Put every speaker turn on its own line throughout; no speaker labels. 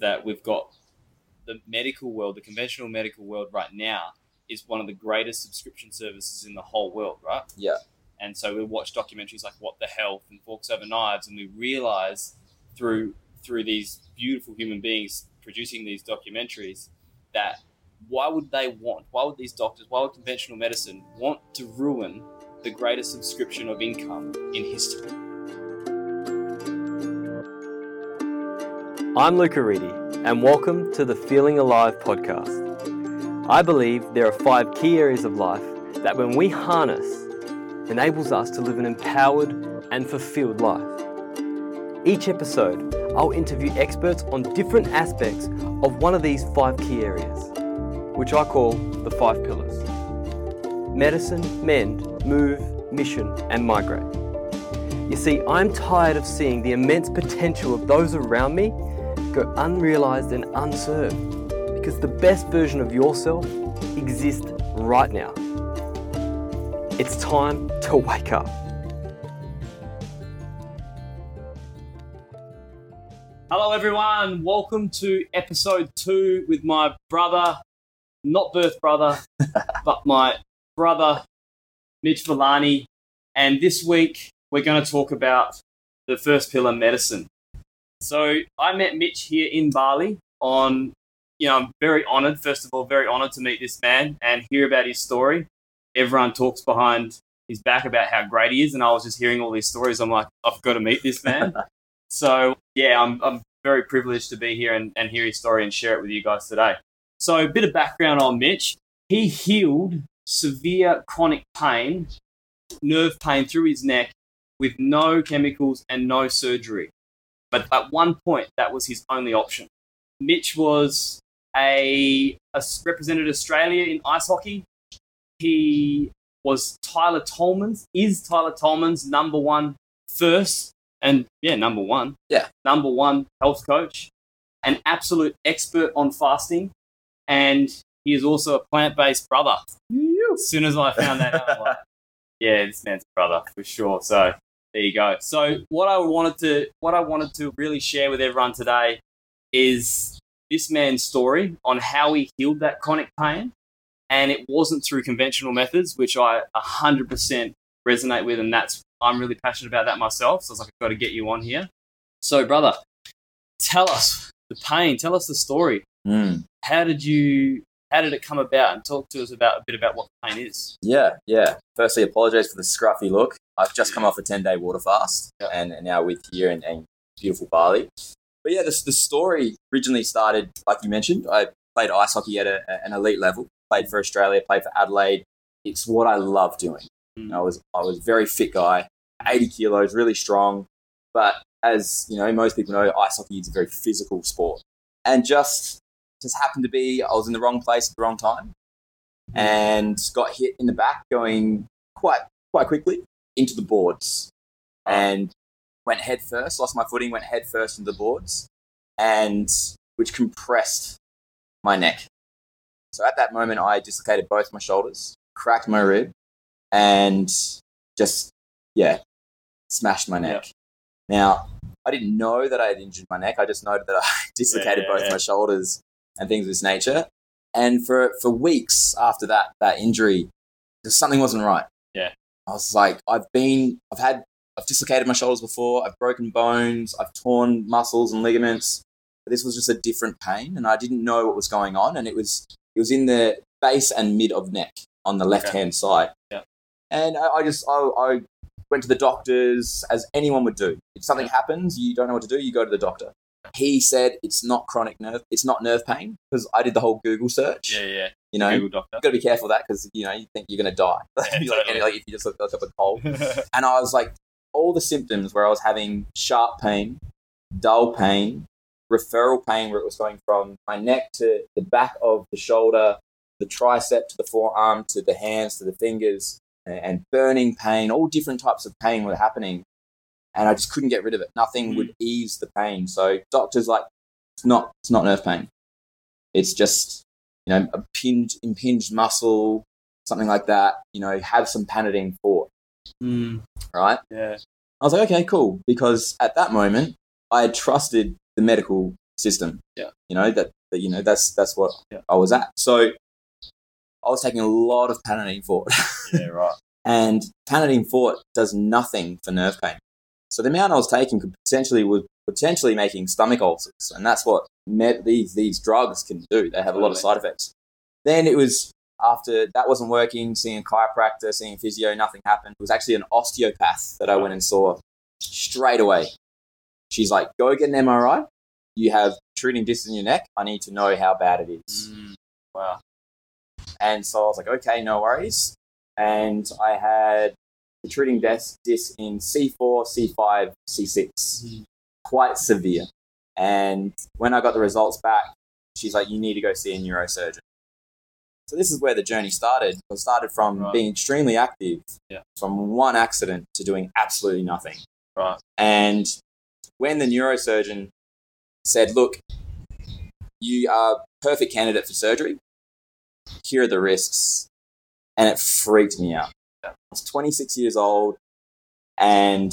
that we've got the medical world, the conventional medical world right now is one of the greatest subscription services in the whole world, right?
Yeah.
And so we watch documentaries like What the Health and Forks Over Knives, and we realize through through these beautiful human beings producing these documentaries that why would they want, why would these doctors, why would conventional medicine want to ruin the greatest subscription of income in history?
I'm Luca Ridi, and welcome to the Feeling Alive podcast. I believe there are five key areas of life that, when we harness, enables us to live an empowered and fulfilled life. Each episode, I'll interview experts on different aspects of one of these five key areas, which I call the five pillars medicine, mend, move, mission, and migrate. You see, I'm tired of seeing the immense potential of those around me go unrealized and unserved because the best version of yourself exists right now. It's time to wake up.
Hello, everyone. Welcome to episode two with my brother, not birth brother, but my brother, Mitch Villani. And this week, we're going to talk about the first pillar medicine. So, I met Mitch here in Bali on, you know, I'm very honored, first of all, very honored to meet this man and hear about his story. Everyone talks behind his back about how great he is. And I was just hearing all these stories. I'm like, I've got to meet this man. So yeah, I'm, I'm very privileged to be here and, and hear his story and share it with you guys today. So a bit of background on Mitch. He healed severe chronic pain, nerve pain through his neck with no chemicals and no surgery. But at one point, that was his only option. Mitch was a, a represented Australia in ice hockey. He was Tyler Tolman's, is Tyler Tolman's number one first and yeah, number one.
Yeah.
Number one health coach, an absolute expert on fasting, and he is also a plant based brother. As soon as I found that out, I'm like, yeah, this man's a brother for sure. So there you go. So what I wanted to what I wanted to really share with everyone today is this man's story on how he healed that chronic pain. And it wasn't through conventional methods, which I 100% resonate with, and that's I'm really passionate about that myself. So I was like, I've got to get you on here. So, brother, tell us the pain. Tell us the story.
Mm.
How did you? How did it come about? And talk to us about a bit about what pain is.
Yeah, yeah. Firstly, apologize for the scruffy look. I've just come off a 10 day water fast
Yeah.
and, and now with here in, in beautiful Bali. But yeah, this, the story originally started, like you mentioned, I played ice hockey at a, an elite level, played for Australia, played for Adelaide. It's what I love doing.
Mm.
I was I was a very fit guy, 80 kilos, really strong. But as you know, most people know, ice hockey is a very physical sport. And just just happened to be I was in the wrong place at the wrong time and got hit in the back going quite quite quickly into the boards and went head first, lost my footing, went head first into the boards and which compressed my neck. So at that moment I dislocated both my shoulders, cracked my rib and just yeah, smashed my neck. Now, I didn't know that I had injured my neck. I just noted that I dislocated
yeah,
both
yeah.
my shoulders and things of this nature. And for, for weeks after that, that injury, just something wasn't right.
Yeah.
I was like, I've been, I've had, I've dislocated my shoulders before. I've broken bones. I've torn muscles and ligaments. But this was just a different pain. And I didn't know what was going on. And it was, it was in the base and mid of neck on the left hand side.
Yeah.
And I, I just, I, I went to the doctors as anyone would do. If something happens, you don't know what to do, you go to the doctor. He said it's not chronic nerve, it's not nerve pain because I did the whole Google search.
yeah.
You know,
Google doctor.
you got to be careful of that because you know you think you're going to die.
Yeah,
like,
totally.
like if you just look, look up a cold,
yeah,
and I was like, all the symptoms where I was having sharp pain, dull pain, referral pain where it was going from my neck to the back of the shoulder, the tricep to the forearm to the hands to the fingers, a- and burning pain, all different types of pain were happening. And I just couldn't get rid of it. Nothing
Mm.
would ease the pain. So doctors like, it's not, it's not nerve pain. It's just, you know, a pinned, impinged muscle, something like that. You know, have some Panadine for,
Mm.
it, right?
yeah,
I was like, okay, cool. Because at that moment, I had trusted the medical system.
Yeah.
You know that, that you know that's that's what
Yeah.
I was at. So I was taking a lot of Panadine Fort,
Yeah, right.
and Panadine Fort does nothing for nerve pain. So the amount I was taking could potentially was potentially making stomach ulcers, and that's what med- these these drugs can do. They have a lot of
Totally.
side effects. Then it was after that wasn't working, seeing a chiropractor, seeing a physio, nothing happened. It was actually an osteopath that I went and saw straight away. She's like, "Go get an MRI. You have protruding discs in your neck. I need to know how bad it is."
Mm. Wow.
And so I was like, okay, no worries. And I had protruding disc, disc in C4, C5, C6,
Mhm.
quite severe. And when I got the results back, she's like, you need to go see a neurosurgeon. So this is where the journey started. It started from
Right.
being extremely active,
Yeah.
from one accident to doing absolutely nothing.
Right.
And when the neurosurgeon said, look, you are perfect candidate for surgery, here are the risks. And it freaked me out. I was 26 years old and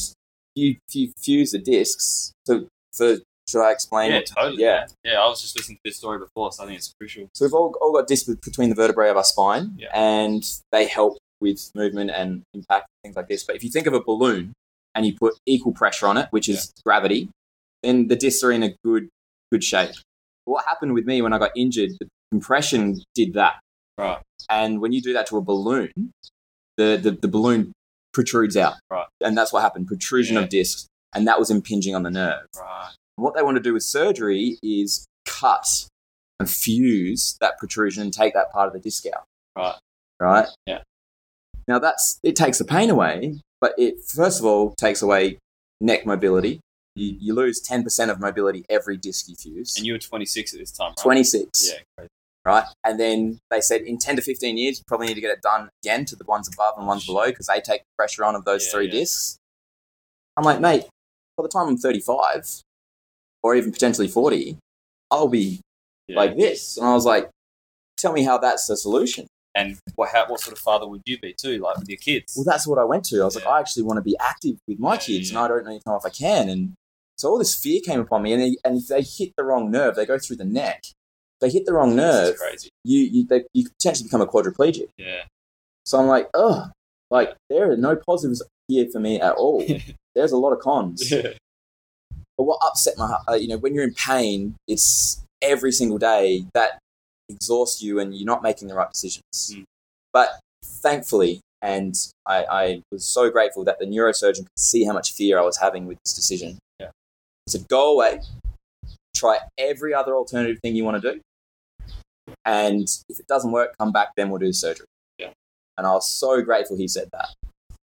you, you fuse the discs. So, for, should I explain?
Yeah,
it?
totally.
yeah.
Yeah, I was just listening to this story before, so I think it's crucial.
So we've all, all got discs between the vertebrae of our spine
Yeah.
and they help with movement and impact, things like this. But if you think of a balloon and you put equal pressure on it, which is gravity, then the discs are in a good, good shape. What happened with me when I got injured, the compression did that.
Right.
And when you do that to a balloon, the, the, the balloon protrudes out.
Right.
And that's what happened protrusion
Yeah.
of discs. And that was impinging on the nerve.
Right.
What they want to do with surgery is cut and fuse that protrusion and take that part of the disc out.
Right.
Right?
Yeah.
Now that's it takes the pain away, but it first of all takes away neck mobility. You, you lose 10% of mobility every disc you fuse.
And you were 26 at this time, right?
26.
Yeah, crazy.
Right? And then they said in 10 to 15 years, you probably need to get it done again to the ones above and ones below because they take pressure on of those
Yeah,
three
yeah.
discs. I'm like, mate, by the time I'm 35 or even potentially 40, I'll be
Yeah.
like this. And I was like, tell me how that's the solution.
and what, how, what sort of father would you be too, like with your kids?
Well, that's what I went to. I was like,
Yeah.
I actually want to be active with my
Yeah,
kids
yeah.
and I don't even know if I can. And so all this fear came upon me. And, they, and if they hit the wrong nerve, they go through the neck. They hit the wrong nerve.
That's crazy.
You, you, they, you could potentially become a quadriplegic.
Yeah.
So I'm like, oh, like there are no positives here for me at all. There's a lot of cons.
yeah.
But what upset my heart, uh, you know, when you're in pain, it's every single day that exhausts you and you're not making the right decisions.
Mm.
But thankfully, and I, I was so grateful that the neurosurgeon could see how much fear I was having with this decision.
Yeah.
He said, go away, try every other alternative thing you want to do. And if it doesn't work, come back, then we'll do the surgery.
Yeah.
And I was so grateful he said that.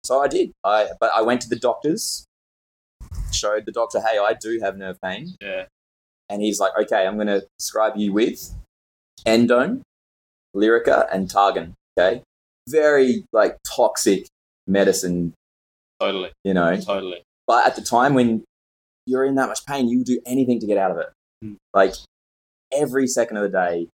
So I did. I, but I went to the doctors, showed the doctor, hey, I do have nerve pain
Yeah.
and he's like, okay, I'm going to describe you with Endone, Lyrica, and Targan. Okay. Very like toxic medicine,
Totally.
you know.
Totally.
But at the time when you're in that much pain, you'll do anything to get out of it.
Mm.
Like every second of the day,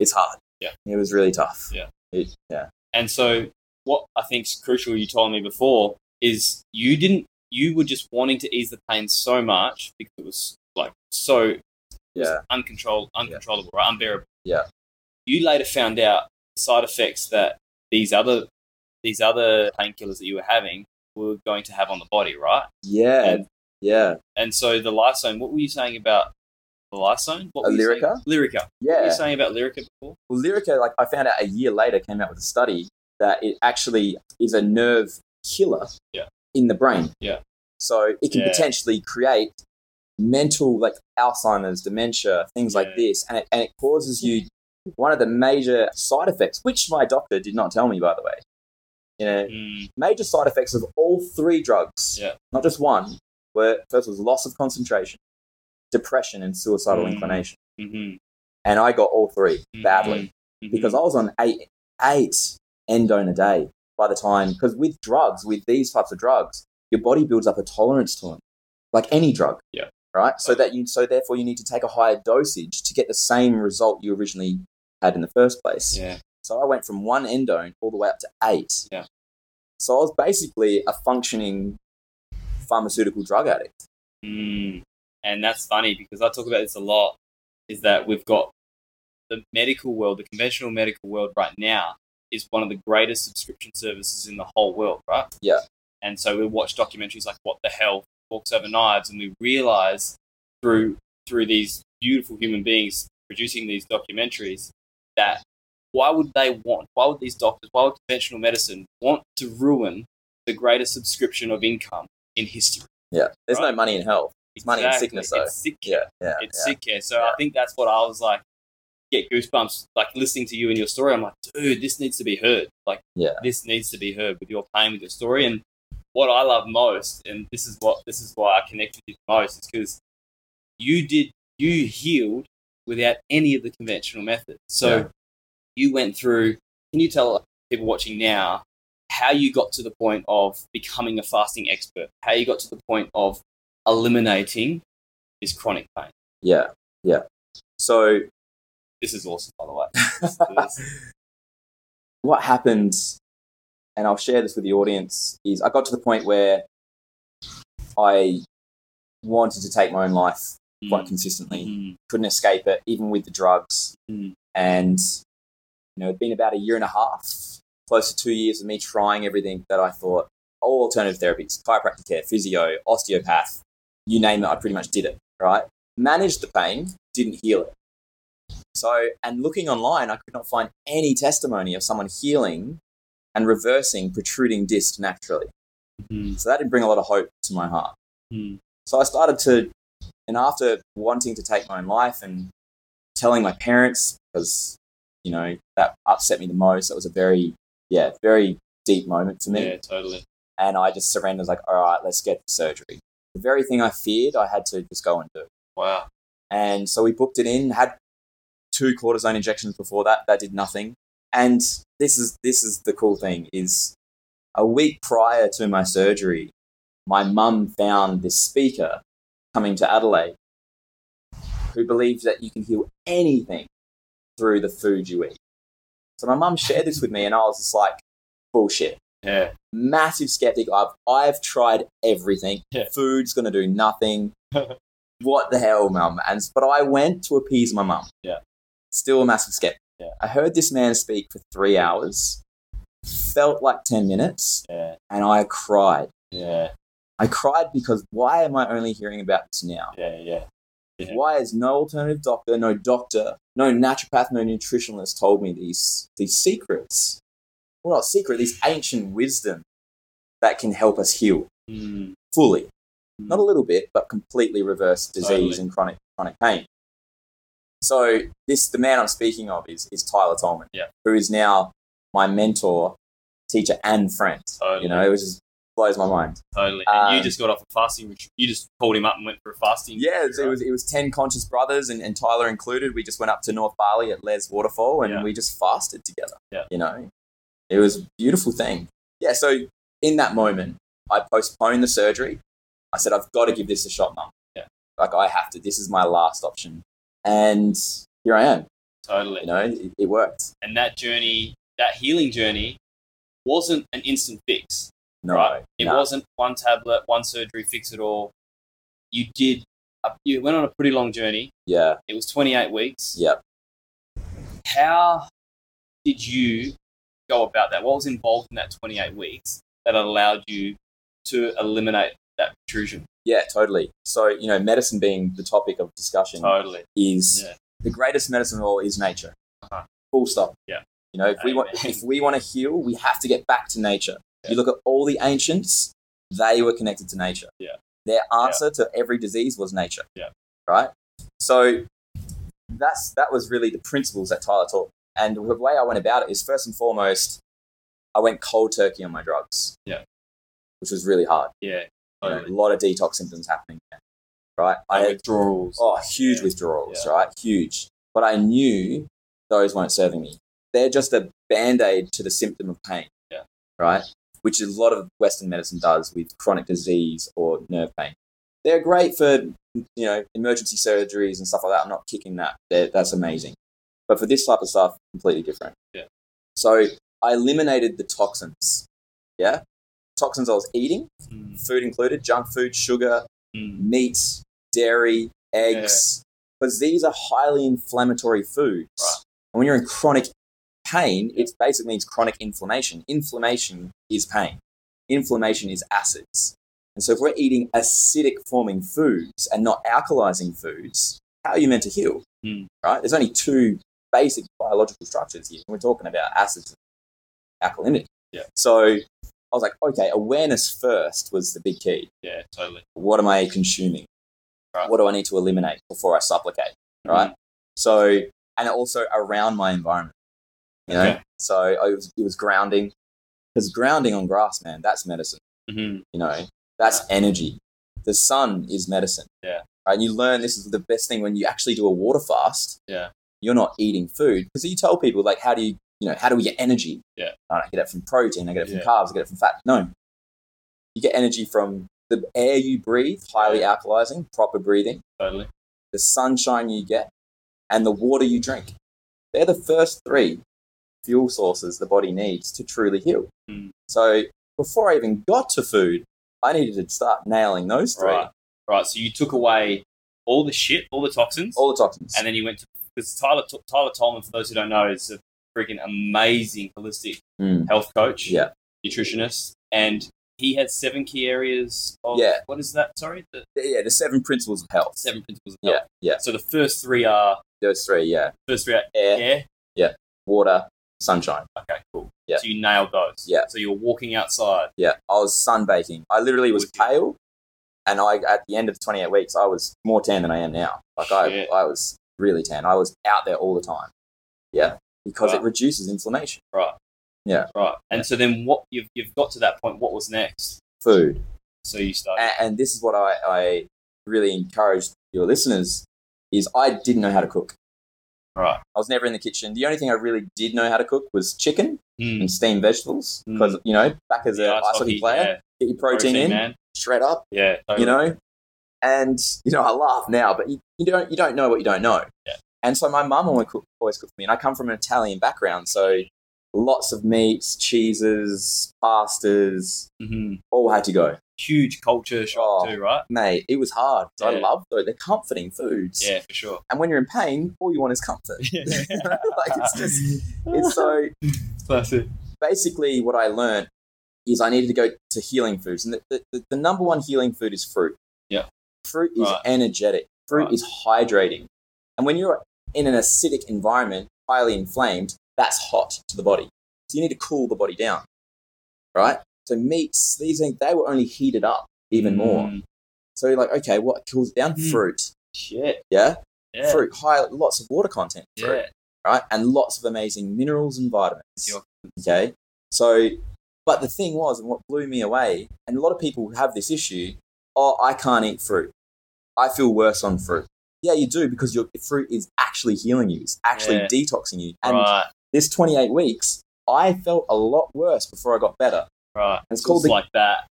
it's hard.
Yeah.
It was really tough.
Yeah.
It- yeah.
And so, what I think's crucial, you told me before, is you didn't, you were just wanting to ease the pain so much because it was like so
Yeah.
uncontrolled, uncontrollable, right? Unbearable.
Yeah.
You later found out side effects that these other these other painkillers that you were having were going to have on the body, right?
Yeah.
And-
yeah.
And so the lysone, what were you saying about the lysone? What
Uh,
were you saying-
Lyrica?
Lyrica. What were you
Yeah.
saying about Lyrica before?
Well, Lyrica, like I found out a year later, came out with a study that it actually is a nerve killer
Yeah.
in the brain.
Yeah.
So it can
Yeah.
potentially create mental, like Alzheimer's, dementia, things like
Yeah.
this. And it, and it causes you one of the major side effects, which my doctor did not tell me, by the way. You know,
Mm,
major side effects of all three drugs,
Yeah.
not just one, were first was loss of concentration, depression, and suicidal
Mm.
inclination.
mhm,
And I got all three
mhm,
badly
mhm.
because I was on eight eight endone a day by the time because with drugs with these types of drugs your body builds up a tolerance to them like any drug
Yeah.
right so that you so therefore you need to take a higher dosage to get the same result you originally had in the first place
yeah,
so I went from one endone all the way up to eight
Yeah.
so I was basically a functioning pharmaceutical drug addict
mm. and that's funny because I talk about this a lot, is that we've got the medical world, the conventional medical world right now is one of the greatest subscription services in the whole world, right?
Yeah.
And so we watch documentaries like What the Hell, Forks Over Knives, and we realize through through these beautiful human beings producing these documentaries that why would they want, why would these doctors, why would conventional medicine want to ruin the greatest subscription of income in history?
Yeah. There's no
Right.
money in health. It's money in sickness, though.
It's sick
Yeah. Yeah.
it's
yeah.
sick care. So I think that's what I was like, get goosebumps, like listening to you and your story. I'm like, dude, this needs to be heard. Like,
Yeah.
this needs to be heard with your pain, with your story. And what I love most, and this is what this is why I connect with you most, is because you did you healed without any of the conventional methods. So
Yeah.
you went through. Can you tell people watching now how you got to the point of becoming a fasting expert? How you got to the point of eliminating this chronic pain?
Yeah. Yeah. So
This is awesome, by the way. This- this-
what happened, and I'll share this with the audience, is I got to the point where I wanted to take my own life
Hmm.
quite consistently.
Mm,
Couldn't escape it, even with the drugs.
Mm.
And, you know, it'd been about a year and a half, close to two years of me trying everything that I thought all alternative therapies, chiropractic care, physio, osteopath, you name it, I pretty much did it, right? Managed the pain, didn't heal it. So, and looking online, I could not find any testimony of someone healing and reversing protruding disc naturally.
mm,
So that did bring a lot of hope to my heart.
mm,
So I started to, and after wanting to take my own life and telling my parents, because, you know, that upset me the most. That was a very, yeah, very deep moment for me.
yeah, totally.
And I just surrendered, was like, all right, let's get the surgery. The very thing I feared, I had to just go and do.
Wow.
And so we booked it in, had two cortisone injections before that. That did nothing. And this is this is the cool thing is a week prior to my surgery, my mum found this speaker coming to Adelaide who believed that you can heal anything through the food you eat. So my mum shared this with me and I was just like, bullshit
Yeah.
massive skeptic. I've I've tried everything.
Yeah.
Food's gonna do nothing. what the hell, mum? And but I went to appease my mum.
Yeah.
Still a massive skeptic.
Yeah.
I heard this man speak for three hours, felt like ten minutes,
Yeah.
and I cried.
Yeah.
I cried because why am I only hearing about this now?
Yeah. Yeah. Yeah.
Why is no alternative doctor, no doctor, no naturopath, no nutritionalist told me these these secrets? Well, not secret, these ancient wisdom that can help us heal Hmm.
Mm,
fully,
Mm.
not a little bit, but completely reverse disease
Totally.
and chronic chronic pain. So this the man I'm speaking of is is Tyler Tolman,
Yeah.
who is now my mentor, teacher, and friend.
Totally.
You know, it was just blows my mind.
totally. And you
Um,
just got off a fasting. ret- You just called him up and went for a fasting.
Yeah,
retreat,
so it was it was ten conscious brothers and, and Tyler included. We just went up to North Bali at Les Waterfall and
Yeah.
we just fasted together.
Yeah.
You know? It was a beautiful thing. Yeah, so in that moment, I postponed the surgery. I said, I've got to give this a shot, mum.
Yeah.
Like I have to. This is my last option. And here I am.
right? Totally.
You know, it, it worked.
And that journey, that healing journey, wasn't an instant fix.
No.
Right. It
no.
wasn't one tablet, one surgery, fix it all. You did. A, you went on a pretty long journey.
Yeah.
It was 28 weeks.
Yeah.
How did you go about that? What was involved in that 28 weeks that allowed you to eliminate that protrusion?
Yeah, totally. So, you know, medicine being the topic of discussion.
Totally.
is
Yeah.
the greatest medicine of all is nature.
Uh-huh.
Full stop.
Yeah.
You know, if we want
Amen.
if we want to heal, we have to get back to nature.
Yeah.
You look at all the ancients, they were connected to nature.
Yeah.
Their answer to every disease was nature.
Yeah.
Right? So that's that was really the principles that Tyler taught. And the way I went about it is first and foremost, I went cold turkey on my drugs.
Yeah.
Which was really hard.
Yeah.
You know,
Totally.
a lot of detox symptoms happening there. Right? I
withdrawals.
Oh, huge
Yeah.
withdrawals,
Yeah.
right? Huge. But I knew those weren't serving me. They're just a band aid to the symptom of pain.
Yeah.
Right? Which a lot of Western medicine does with chronic disease or nerve pain. They're great for, you know, emergency surgeries and stuff like that. I'm not kicking that. They're, that's amazing. But for this type of stuff, completely different.
Yeah.
So I eliminated the toxins. Yeah. Toxins I was eating,
Mm,
food included, junk food, sugar,
mm,
meat, dairy, eggs, because these are highly inflammatory foods.
Right.
And when you're in chronic pain, it basically means chronic inflammation. Inflammation is pain. Inflammation is acids. And so if we're eating acidic forming foods and not alkalizing foods, how are you meant to heal?
Hmm.
Right? There's only two basic biological structures here. We're talking about acids and alkalinity.
Yeah.
So I was like, okay, awareness first was the big key
Yeah, totally.
what am I consuming?
Right.
What do I need to eliminate before I supplicate? Right. So, and also around my environment. You know?
Okay.
So I was, it was grounding because grounding on grass, man, that's medicine.
Mm-hmm.
You know, that's energy. The sun is medicine.
Yeah.
Right. And you learn this is the best thing when you actually do a water fast.
Yeah.
You're not eating food because you tell people, like, how do you, you know, how do we get energy?
Yeah.
"Oh, I get it from protein, I get it from
Yeah.
carbs, I get it from fat. No. You get energy from the air you breathe, highly alkalizing, proper breathing,
Totally.
the sunshine you get, and the water you drink. They're the first three fuel sources the body needs to truly heal.
Mm.
So before I even got to food, I needed to start nailing those three.
Right. Right. So you took away all the shit, all the toxins,
All the toxins.
and then you went to because Tyler T- Tyler Tolman, for those who don't know, is a freaking amazing holistic
Mm.
health coach,
Yeah.
nutritionist, and he had seven key areas of
Yeah.
what is that? Sorry, the
Yeah, the seven principles of health.
seven principles of
Yeah,
health.
yeah.
So the first three are
Those three, yeah.
first three are
Air,
air.
water, sunshine.
Okay, cool.
Yeah.
So you nailed those.
Yeah.
So you're walking outside.
Yeah, I was sunbaking. I literally was
Wicked.
pale, and I at the end of 28 weeks, I was more tan than I am now. Like I,
Shit.
I was really tan. I was out there all the time. Yeah, because it
Wow.
reduces inflammation.
Right. And so then what you've you've got to that point, what was next?
Food,
So you start
and, and this is what I, I really encourage your listeners is I didn't know how to cook.
Right.
I was never in the kitchen. The only thing I really did know how to cook was chicken
Mm.
and steamed vegetables
Mm.
because you know back as a
Yeah,
ice hockey player,
yeah,
get your protein, in,
man.
shred up,
Yeah. totally.
you know and you know i laugh now but you, you don't you don't know what you don't know
Yeah.
and so my mum always cooked, always cooked for me and i come from an italian background so lots of meats cheeses pastas
Mhm.
all had to go
Huge culture shock
Oh.
too, right?
mate it was hard 'cause i
Yeah.
love those they're comforting foods
Yeah, for sure.
and when you're in pain all you want is comfort like it's just it's so
That's it.
basically what i learned is i needed to go to healing foods and the, the, the, the number one healing food is fruit
Yeah.
fruit is
Right.
energetic fruit
Right.
is hydrating and when you're in an acidic environment highly inflamed that's hot to the body so you need to cool the body down right so meats these things they were only heated up even more
Mm.
so you're like okay what cools it down
Mm.
fruit
Shit.
yeah?
Yeah.
fruit high lots of water content
Yeah.
fruit right? And lots of amazing minerals and vitamins.
Yep.
Okay. So, but the thing was, and what blew me away, and a lot of people have this issue oh, I can't eat fruit. I feel worse on fruit. Yeah, you do because your fruit is actually healing you, it's actually
Yeah.
detoxing you. And
Right.
this 28 weeks, I felt a lot worse before I got better.
Right.
It's
So
called the-
like that.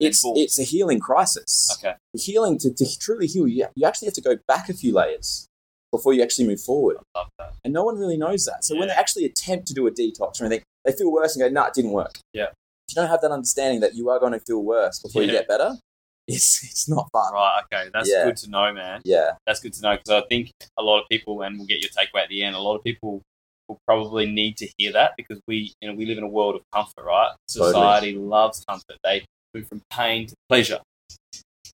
It's,
Cool.
it's a healing crisis.
Okay.
Healing, to, to truly heal, you, you actually have to go back a few layers before you actually move forward.
Love that.
And no one really knows that. So when
Yeah.
they actually attempt to do a detox or anything, they feel worse and go, no, it didn't work.
Yeah.
If you don't have that understanding that you are going to feel worse before you
Yeah.
get better, it's, it's not fun.
Right. Okay. That's
Yeah.
good to know, man.
Yeah.
that's good to know because I think a lot of people, and we'll get your takeaway at the end. A lot of people will probably need to hear that because we, you know, we live in a world of comfort, right?
Totally.
Society loves comfort. They move from pain to pleasure.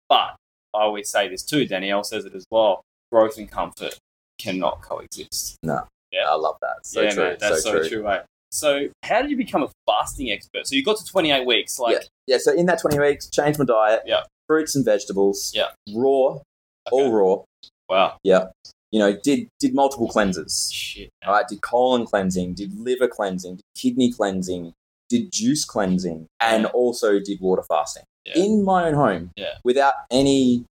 But I always say this too. Danielle says it as well. Growth and comfort cannot coexist. Yeah.
I love that. So
yeah,
true.
mate, that's so, true. right? So, how did you become a fasting expert? So you got to 28 weeks, like
Yeah. So in that 20 weeks, change my diet.
Yeah.
Fruits and vegetables.
Yeah.
Raw, all raw.
wow,
You know, did, did multiple cleanses.
shit, man.
All right, did colon cleansing, did liver cleansing, did kidney cleansing, did juice cleansing, and
Yeah.
also did water fasting
Yeah.
in my own home
Yeah.
without any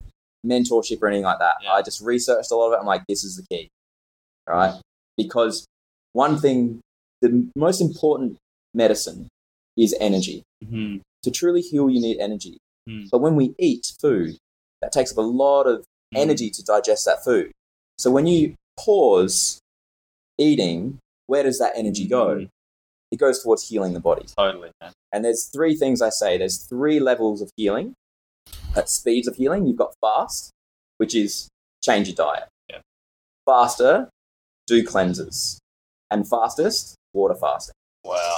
mentorship or anything like that.
Yeah.
I just researched a lot of it. I'm like, this is the key, all right? Because one thing, the most important medicine is energy.
Mhm.
To truly heal, you need energy.
Mm.
But when we eat food, that takes up a lot of
Mm.
energy to digest that food. So when you pause eating, where does that energy go?
Mm.
It goes towards healing the body.
totally, man.
And there's three things I say. There's three levels of healing, at speeds of healing. You've got fast, which is change your diet.
Yeah.
Faster, do cleanses. And fastest, water fasting.
Wow.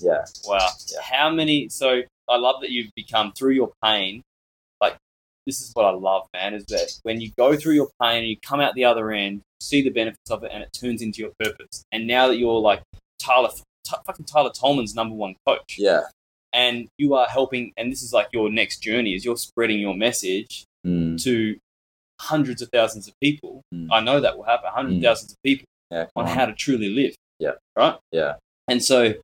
Yeah.
Wow.
Yeah.
How many? So I love that you've become through your pain. Like this is what I love, man. Is that when you go through your pain and you come out the other end, you see the benefits of it, and it turns into your purpose. And now that you're like Tyler, Ty- fucking Tyler Tolman's number one coach,
Yeah.
and you are helping, and this is like your next journey is you're spreading your message
Mm.
to hundreds of thousands of people.
Mm.
I know that will happen. Hundreds of
Mm.
thousands of people
Yeah. come
on
on.
how to truly live.
Um, Yeah.
Right?
Yeah.
And so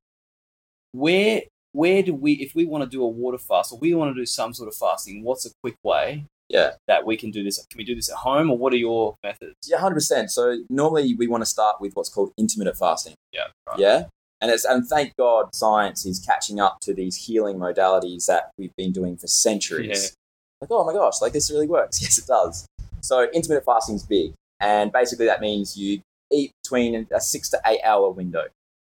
where where do we if we want to do a water fast or we want to do some sort of fasting, what's a quick way
Yeah.
that we can do this? Can we do this at home or what are your methods?
Yeah, hundred percent. So normally we want to start with what's called intermittent fasting.
Yeah, right.
Yeah. And it's and thank God science is catching up to these healing modalities that we've been doing for centuries.
Yeah.
Like, oh my gosh, like this really works. Yes, it does. So intermittent fasting is big. And basically that means you eat between a six to eight hour window.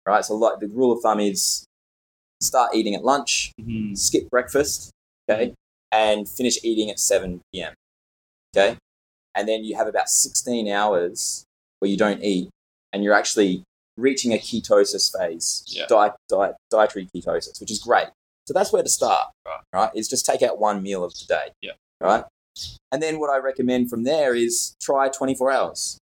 Right? So like the rule of thumb is start eating at lunch,
Mhm.
skip breakfast, okay, and finish eating at 7 p.m., okay? And then you have about 16 hours where you don't eat and you're actually reaching a ketosis phase,
Yeah.
diet, diet, dietary ketosis, which is great. So that's where to start,
Right.
right? Is just take out one meal of the day,
Yeah.
right? And then what I recommend from there is try 24 hours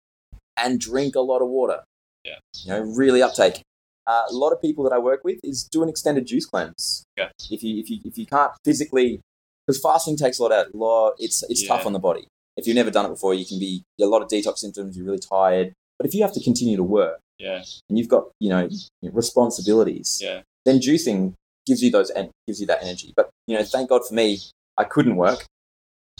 and drink a lot of water.
Yeah.
You know, really uptake. Uh, a lot of people that I work with is do an extended juice cleanse if you if you if you can't physically because fasting takes a lot out a lot it's it's
Yeah.
tough on the body if you've never done it before you can be a lot of detox symptoms you're really tired but if you have to continue to work
Yeah.
and you've got you know responsibilities
Yeah.
then juicing gives you those and gives you that energy but you know thank god for me i couldn't work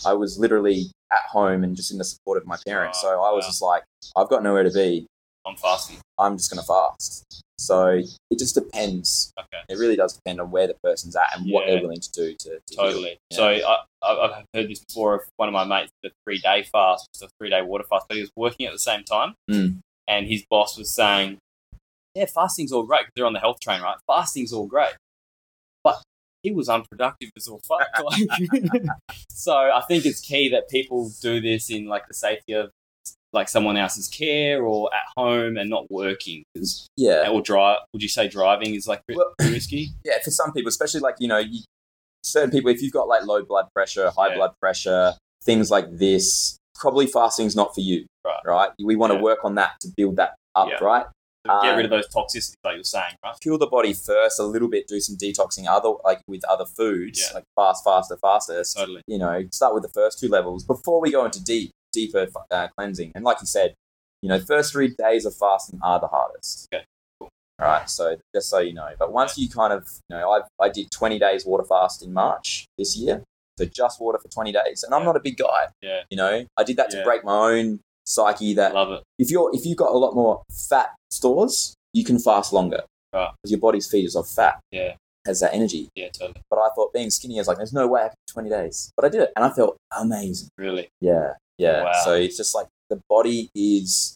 i was literally at home and just in the support of my parents so
Right,
i was
wow.
just like i've got nowhere to be
I'm fasting.
I'm just going to fast. So it just depends.
Okay.
It really does depend on where the person's at and what
Yeah.
they're willing to do to, to heal.
Totally.
Yeah.
So I, I, I've heard this before. Of one of my mates did a three day fast, just a three day water fast, but he was working at the same time,
Mm.
and his boss was saying, "Yeah, fasting's all great. 'cause They're on the health train, right? Fasting's all great." But he was unproductive as all fuck. like. so I think it's key that people do this in like the safety of like someone else's care or at home and not working because
yeah,
or drive. Would you say driving is like pretty
Well-
risky?
yeah. For some people, especially like you know, you, certain people, if you've got like low blood pressure, high
Yeah.
blood pressure, things like this, probably fasting's not for you.
Right.
We want
Yeah.
to work on that to build that up.
Yeah.
Right.
Get
Uh,
rid of those toxicities, like you're saying, right?
Fuel the body first a little bit. Do some detoxing other like with other foods,
Yeah.
like fast, faster, fastest.
Totally.
you know, start with the first two levels before we go into deep, deeper uh, cleansing. And like you said, you know, first three days of fasting are the hardest.
Okay,
All right. So just so you know, but once you kind of, you know, I I did 20 days water fast in March this year, so just water for 20 days, and I'm
Yeah.
not a big guy.
Yeah.
You know, I did that to
Yeah.
break my own psyche that
Love it.
if you're if you've got a lot more fat stores, you can fast longer
Right.
because your body's feed is off fat.
Yeah.
Has that energy.
Yeah, totally.
But I thought being skinny is like, there's no way I could do 20 days. But I did it and I felt amazing.
Really.
Yeah, yeah.
Wow.
So it's just like the body is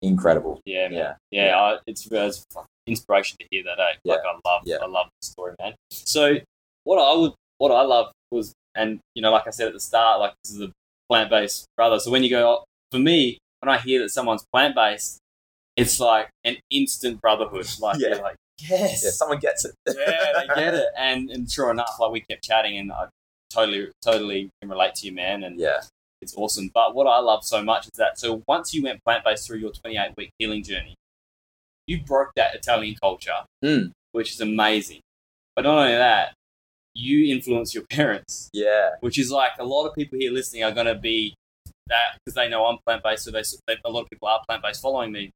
incredible.
Yeah, man.
Yeah,
Yeah, I, it's, uh, it's fucking inspiration to hear that. Eh? Like I love,
Yeah.
I love the story, man. So what I would, what I love was, and you know, like I said at the start, like this is a plant-based brother. So when you go, oh, for me, when I hear that someone's plant-based, it's like an instant brotherhood. Like
Yeah.
you're like,
yeah.
yes,
Someone gets it.
yeah, they get it. And and sure enough, like we kept chatting, and I totally, totally can relate to you, man. And
Yeah,
it's awesome. But what I love so much is that so once you went plant based through your 28 week healing journey, you broke that Italian culture,
Mm.
which is amazing. But not only that, you influence your parents,
yeah,
which is like a lot of people here listening are going to be that because they know I'm plant based, so they, they a lot of people are plant based following me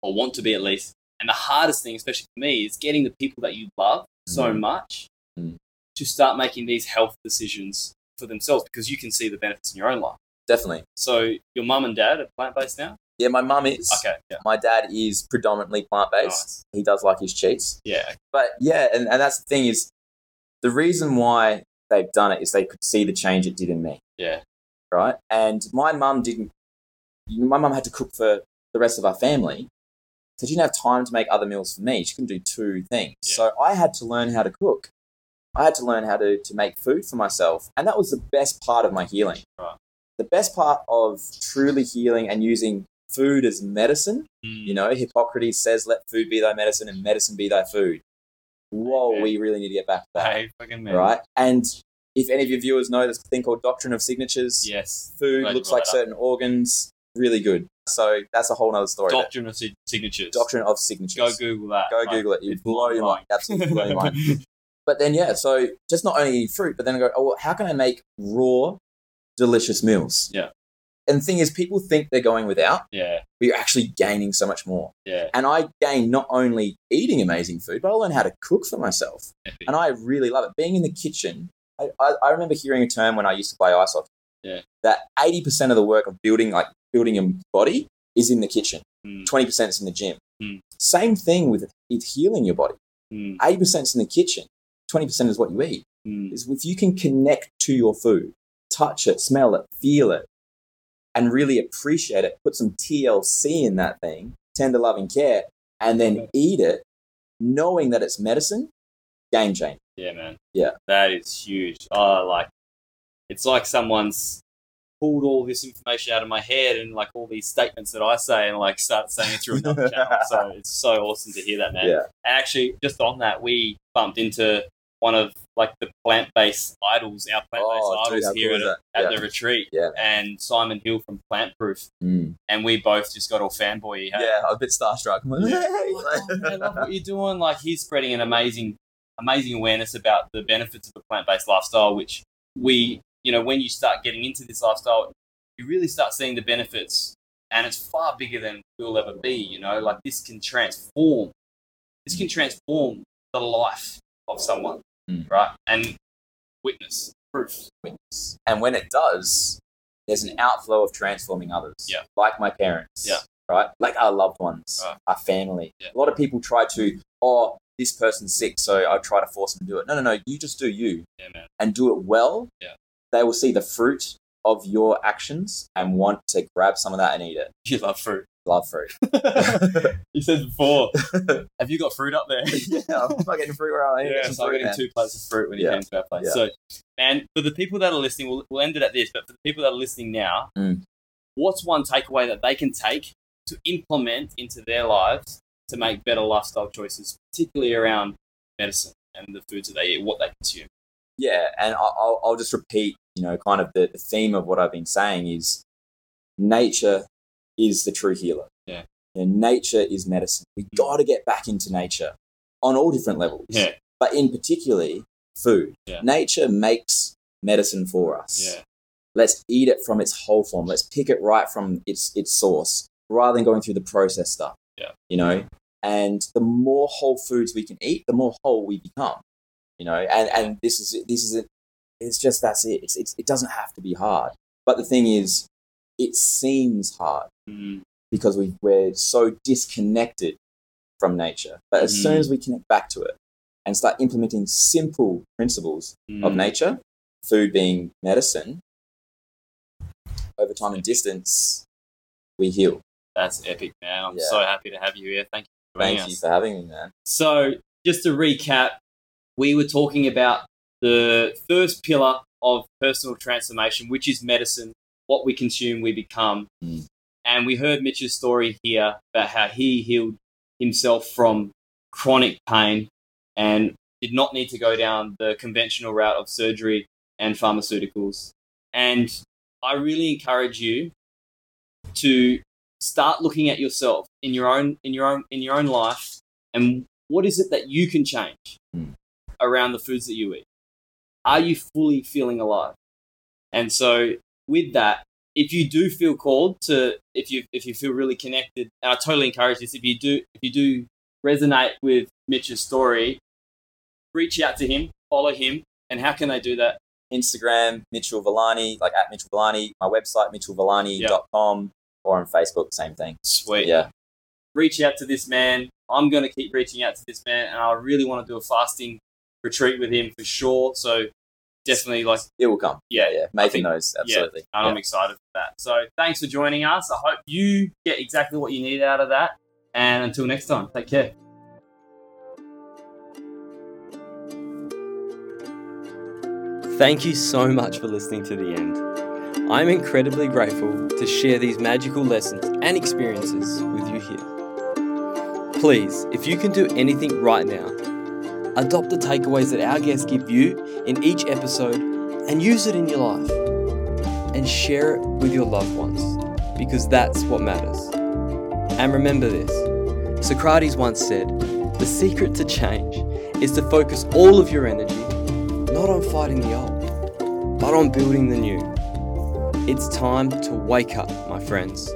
or want to be at least. And the hardest thing, especially for me, is getting the people that you love so
Mm.
much
Mm.
to start making these health decisions for themselves because you can see the benefits in your own life.
definitely.
So your mum and dad are plant based now.
Yeah, my mum is.
Okay. Yeah.
My dad is predominantly plant based.
Nice.
He does like his cheese.
Yeah.
But yeah, and, and that's the thing is the reason why they've done it is they could see the change it did in me.
Yeah.
Right. And my mum didn't, my mum had to cook for the rest of our family. So she didn't have time to make other meals for me. She couldn't do two things.
Yeah.
So I had to learn how to cook. I had to learn how to, to make food for myself. And that was the best part of my healing.
Right.
the best part of truly healing and using food as medicine,
Hmm.
you know, Hippocrates says, let food be thy medicine and medicine be thy food. Whoa,
Amen.
we really need to get back to that.
Hey, fucking man.
Right? And if any of your viewers know this thing called Doctrine of Signatures,
Yes.
food
Glad you
looks
brought
like
that up.
certain organs, really good. So that's a whole nother story. but
Doctrine of sig- signatures.
Doctrine of Signatures.
Go Google that.
Go
Like,
Google it. You
it's
blow your
mind-blowing.
mind. Absolutely blow your mind. But then, yeah, so just not only eating fruit, but then I go, oh, well, how can I make raw, delicious meals?
Yeah.
And the thing is, people think they're going without,
yeah.
but you're actually gaining so much more.
Yeah.
And I gain not only eating amazing food, but I learn how to cook for myself.
Epic.
And I really love it. Being in the kitchen, I, I, I remember hearing a term when I used to play ice hockey
Yeah.
that 80% of the work of building, like building a body, is in the kitchen,
Mm.
20% is in the gym.
Mm.
Same thing with it healing your body.
Mm,
80% is in the kitchen, 20% is what you eat.
mm.
Is if you can connect to your food, touch it, smell it, feel it, and really appreciate it, put some TLC in that thing, tender loving care, and then eat it, knowing that it's medicine, game changer.
Yeah, man.
Yeah.
That is huge. Oh, like, it's like someone's pulled all this information out of my head and like all these statements that I say and like start saying it through another channel. So it's so awesome to hear that, man.
Yeah.
And actually, just on that, we bumped into one of like the plant-based idols, our plant-based
Oh, dude,
idols
how
here
cool
at,
is that?
at
Yeah.
the retreat,
Yeah.
and Simon Hill from Plant Proof,
Mm.
and we both just got all fanboy.
yeah. I was a bit starstruck. I'm like,
Yeah.
"Hey."
Like, oh, man, I love what you're doing. Like he's spreading an amazing, amazing awareness about the benefits of a plant-based lifestyle. Which we, you know, when you start getting into this lifestyle, you really start seeing the benefits, and it's far bigger than we'll ever be. You know, like this can transform. This can transform the life of someone,
Mm.
right? And witness proof.
And when it does, there's an outflow of transforming others.
Yeah.
Like my parents.
Yeah.
Right? Like our loved ones,
Right.
our family.
Yeah.
A lot of people try to, oh, this person's sick, so I try to force them to do it. No, no, no. You just do you
Yeah, man.
and do it well.
Yeah.
They will see the fruit of your actions and want to grab some of that and eat it.
You love fruit.
Love fruit.
you said before. have you got fruit up there?
yeah, I'm not getting fruit where I
Yeah, so I got him two plates of fruit when he
Yeah.
came to our place.
Yeah.
So, and for the people that are listening, we'll, we'll end it at this, but for the people that are listening now,
Mm.
what's one takeaway that they can take to implement into their lives to make better lifestyle choices, particularly around medicine and the foods that they eat, what they consume?
yeah, and I- I'll, I'll just repeat, you know, kind of the, the theme of what I've been saying is nature is the true healer.
Yeah. Mm.
You know, nature is medicine. We got to get back into nature on all different levels,
Yeah,
but in particularly food.
Yeah.
Nature makes medicine for us.
yeah,
Let's eat it from its whole form. Let's pick it right from its its source rather than going through the processed stuff.
Yeah.
You know, and the more whole foods we can eat, the more whole we become. You know, and and this is it- this is it. It's just that's it. It's, it's it doesn't have to be hard. But the thing is, it seems hard
Mm,
because we we're so disconnected from nature. But as soon
Mhm.
as we connect back to it and start implementing simple principles of
mm.
nature, food being medicine, over time and distance, we heal.
That's epic, man. I'm
Yeah.
so happy to have you here. Thank you for joining
Thank
us.
you for having me, man.
So, just to recap, we were talking about the first pillar of personal transformation, which is medicine. What we consume, we become.
Mm.
And we heard Mitch's story here about how he healed himself from chronic pain and did not need to go down the conventional route of surgery and pharmaceuticals. And I really encourage you to start looking at yourself in your own in your own in your own life and what is it that you can change
Hmm.
around the foods that you eat? Are you fully feeling alive? And so, with that, if you do feel called to, if you if you feel really connected, and I totally encourage this. If you do, if you do resonate with Mitch's story, reach out to him, follow him, and how can they do that?
Instagram, Mitchell Villani, like at Mitchell Villani, my website, mitchellvillani.com, or on Facebook, same thing.
Sweet.
Yeah.
reach out to this man. I'm going to keep reaching out to this man, and I really want to do a fasting retreat with him for sure. So definitely, like,
It will come.
yeah,
Yeah, making
think-
those, absolutely.
and I'm excited for that. So thanks for joining us. I hope you get exactly what you need out of that. And until next time, take care.
Thank you so much for listening to the end. I'm incredibly grateful to share these magical lessons and experiences with you here. Please, if you can do anything right now, adopt the takeaways that our guests give you in each episode and use it in your life. And share it with your loved ones because that's what matters. And remember this Socrates once said the secret to change is to focus all of your energy not on fighting the old, but on building the new. It's time to wake up, my friends.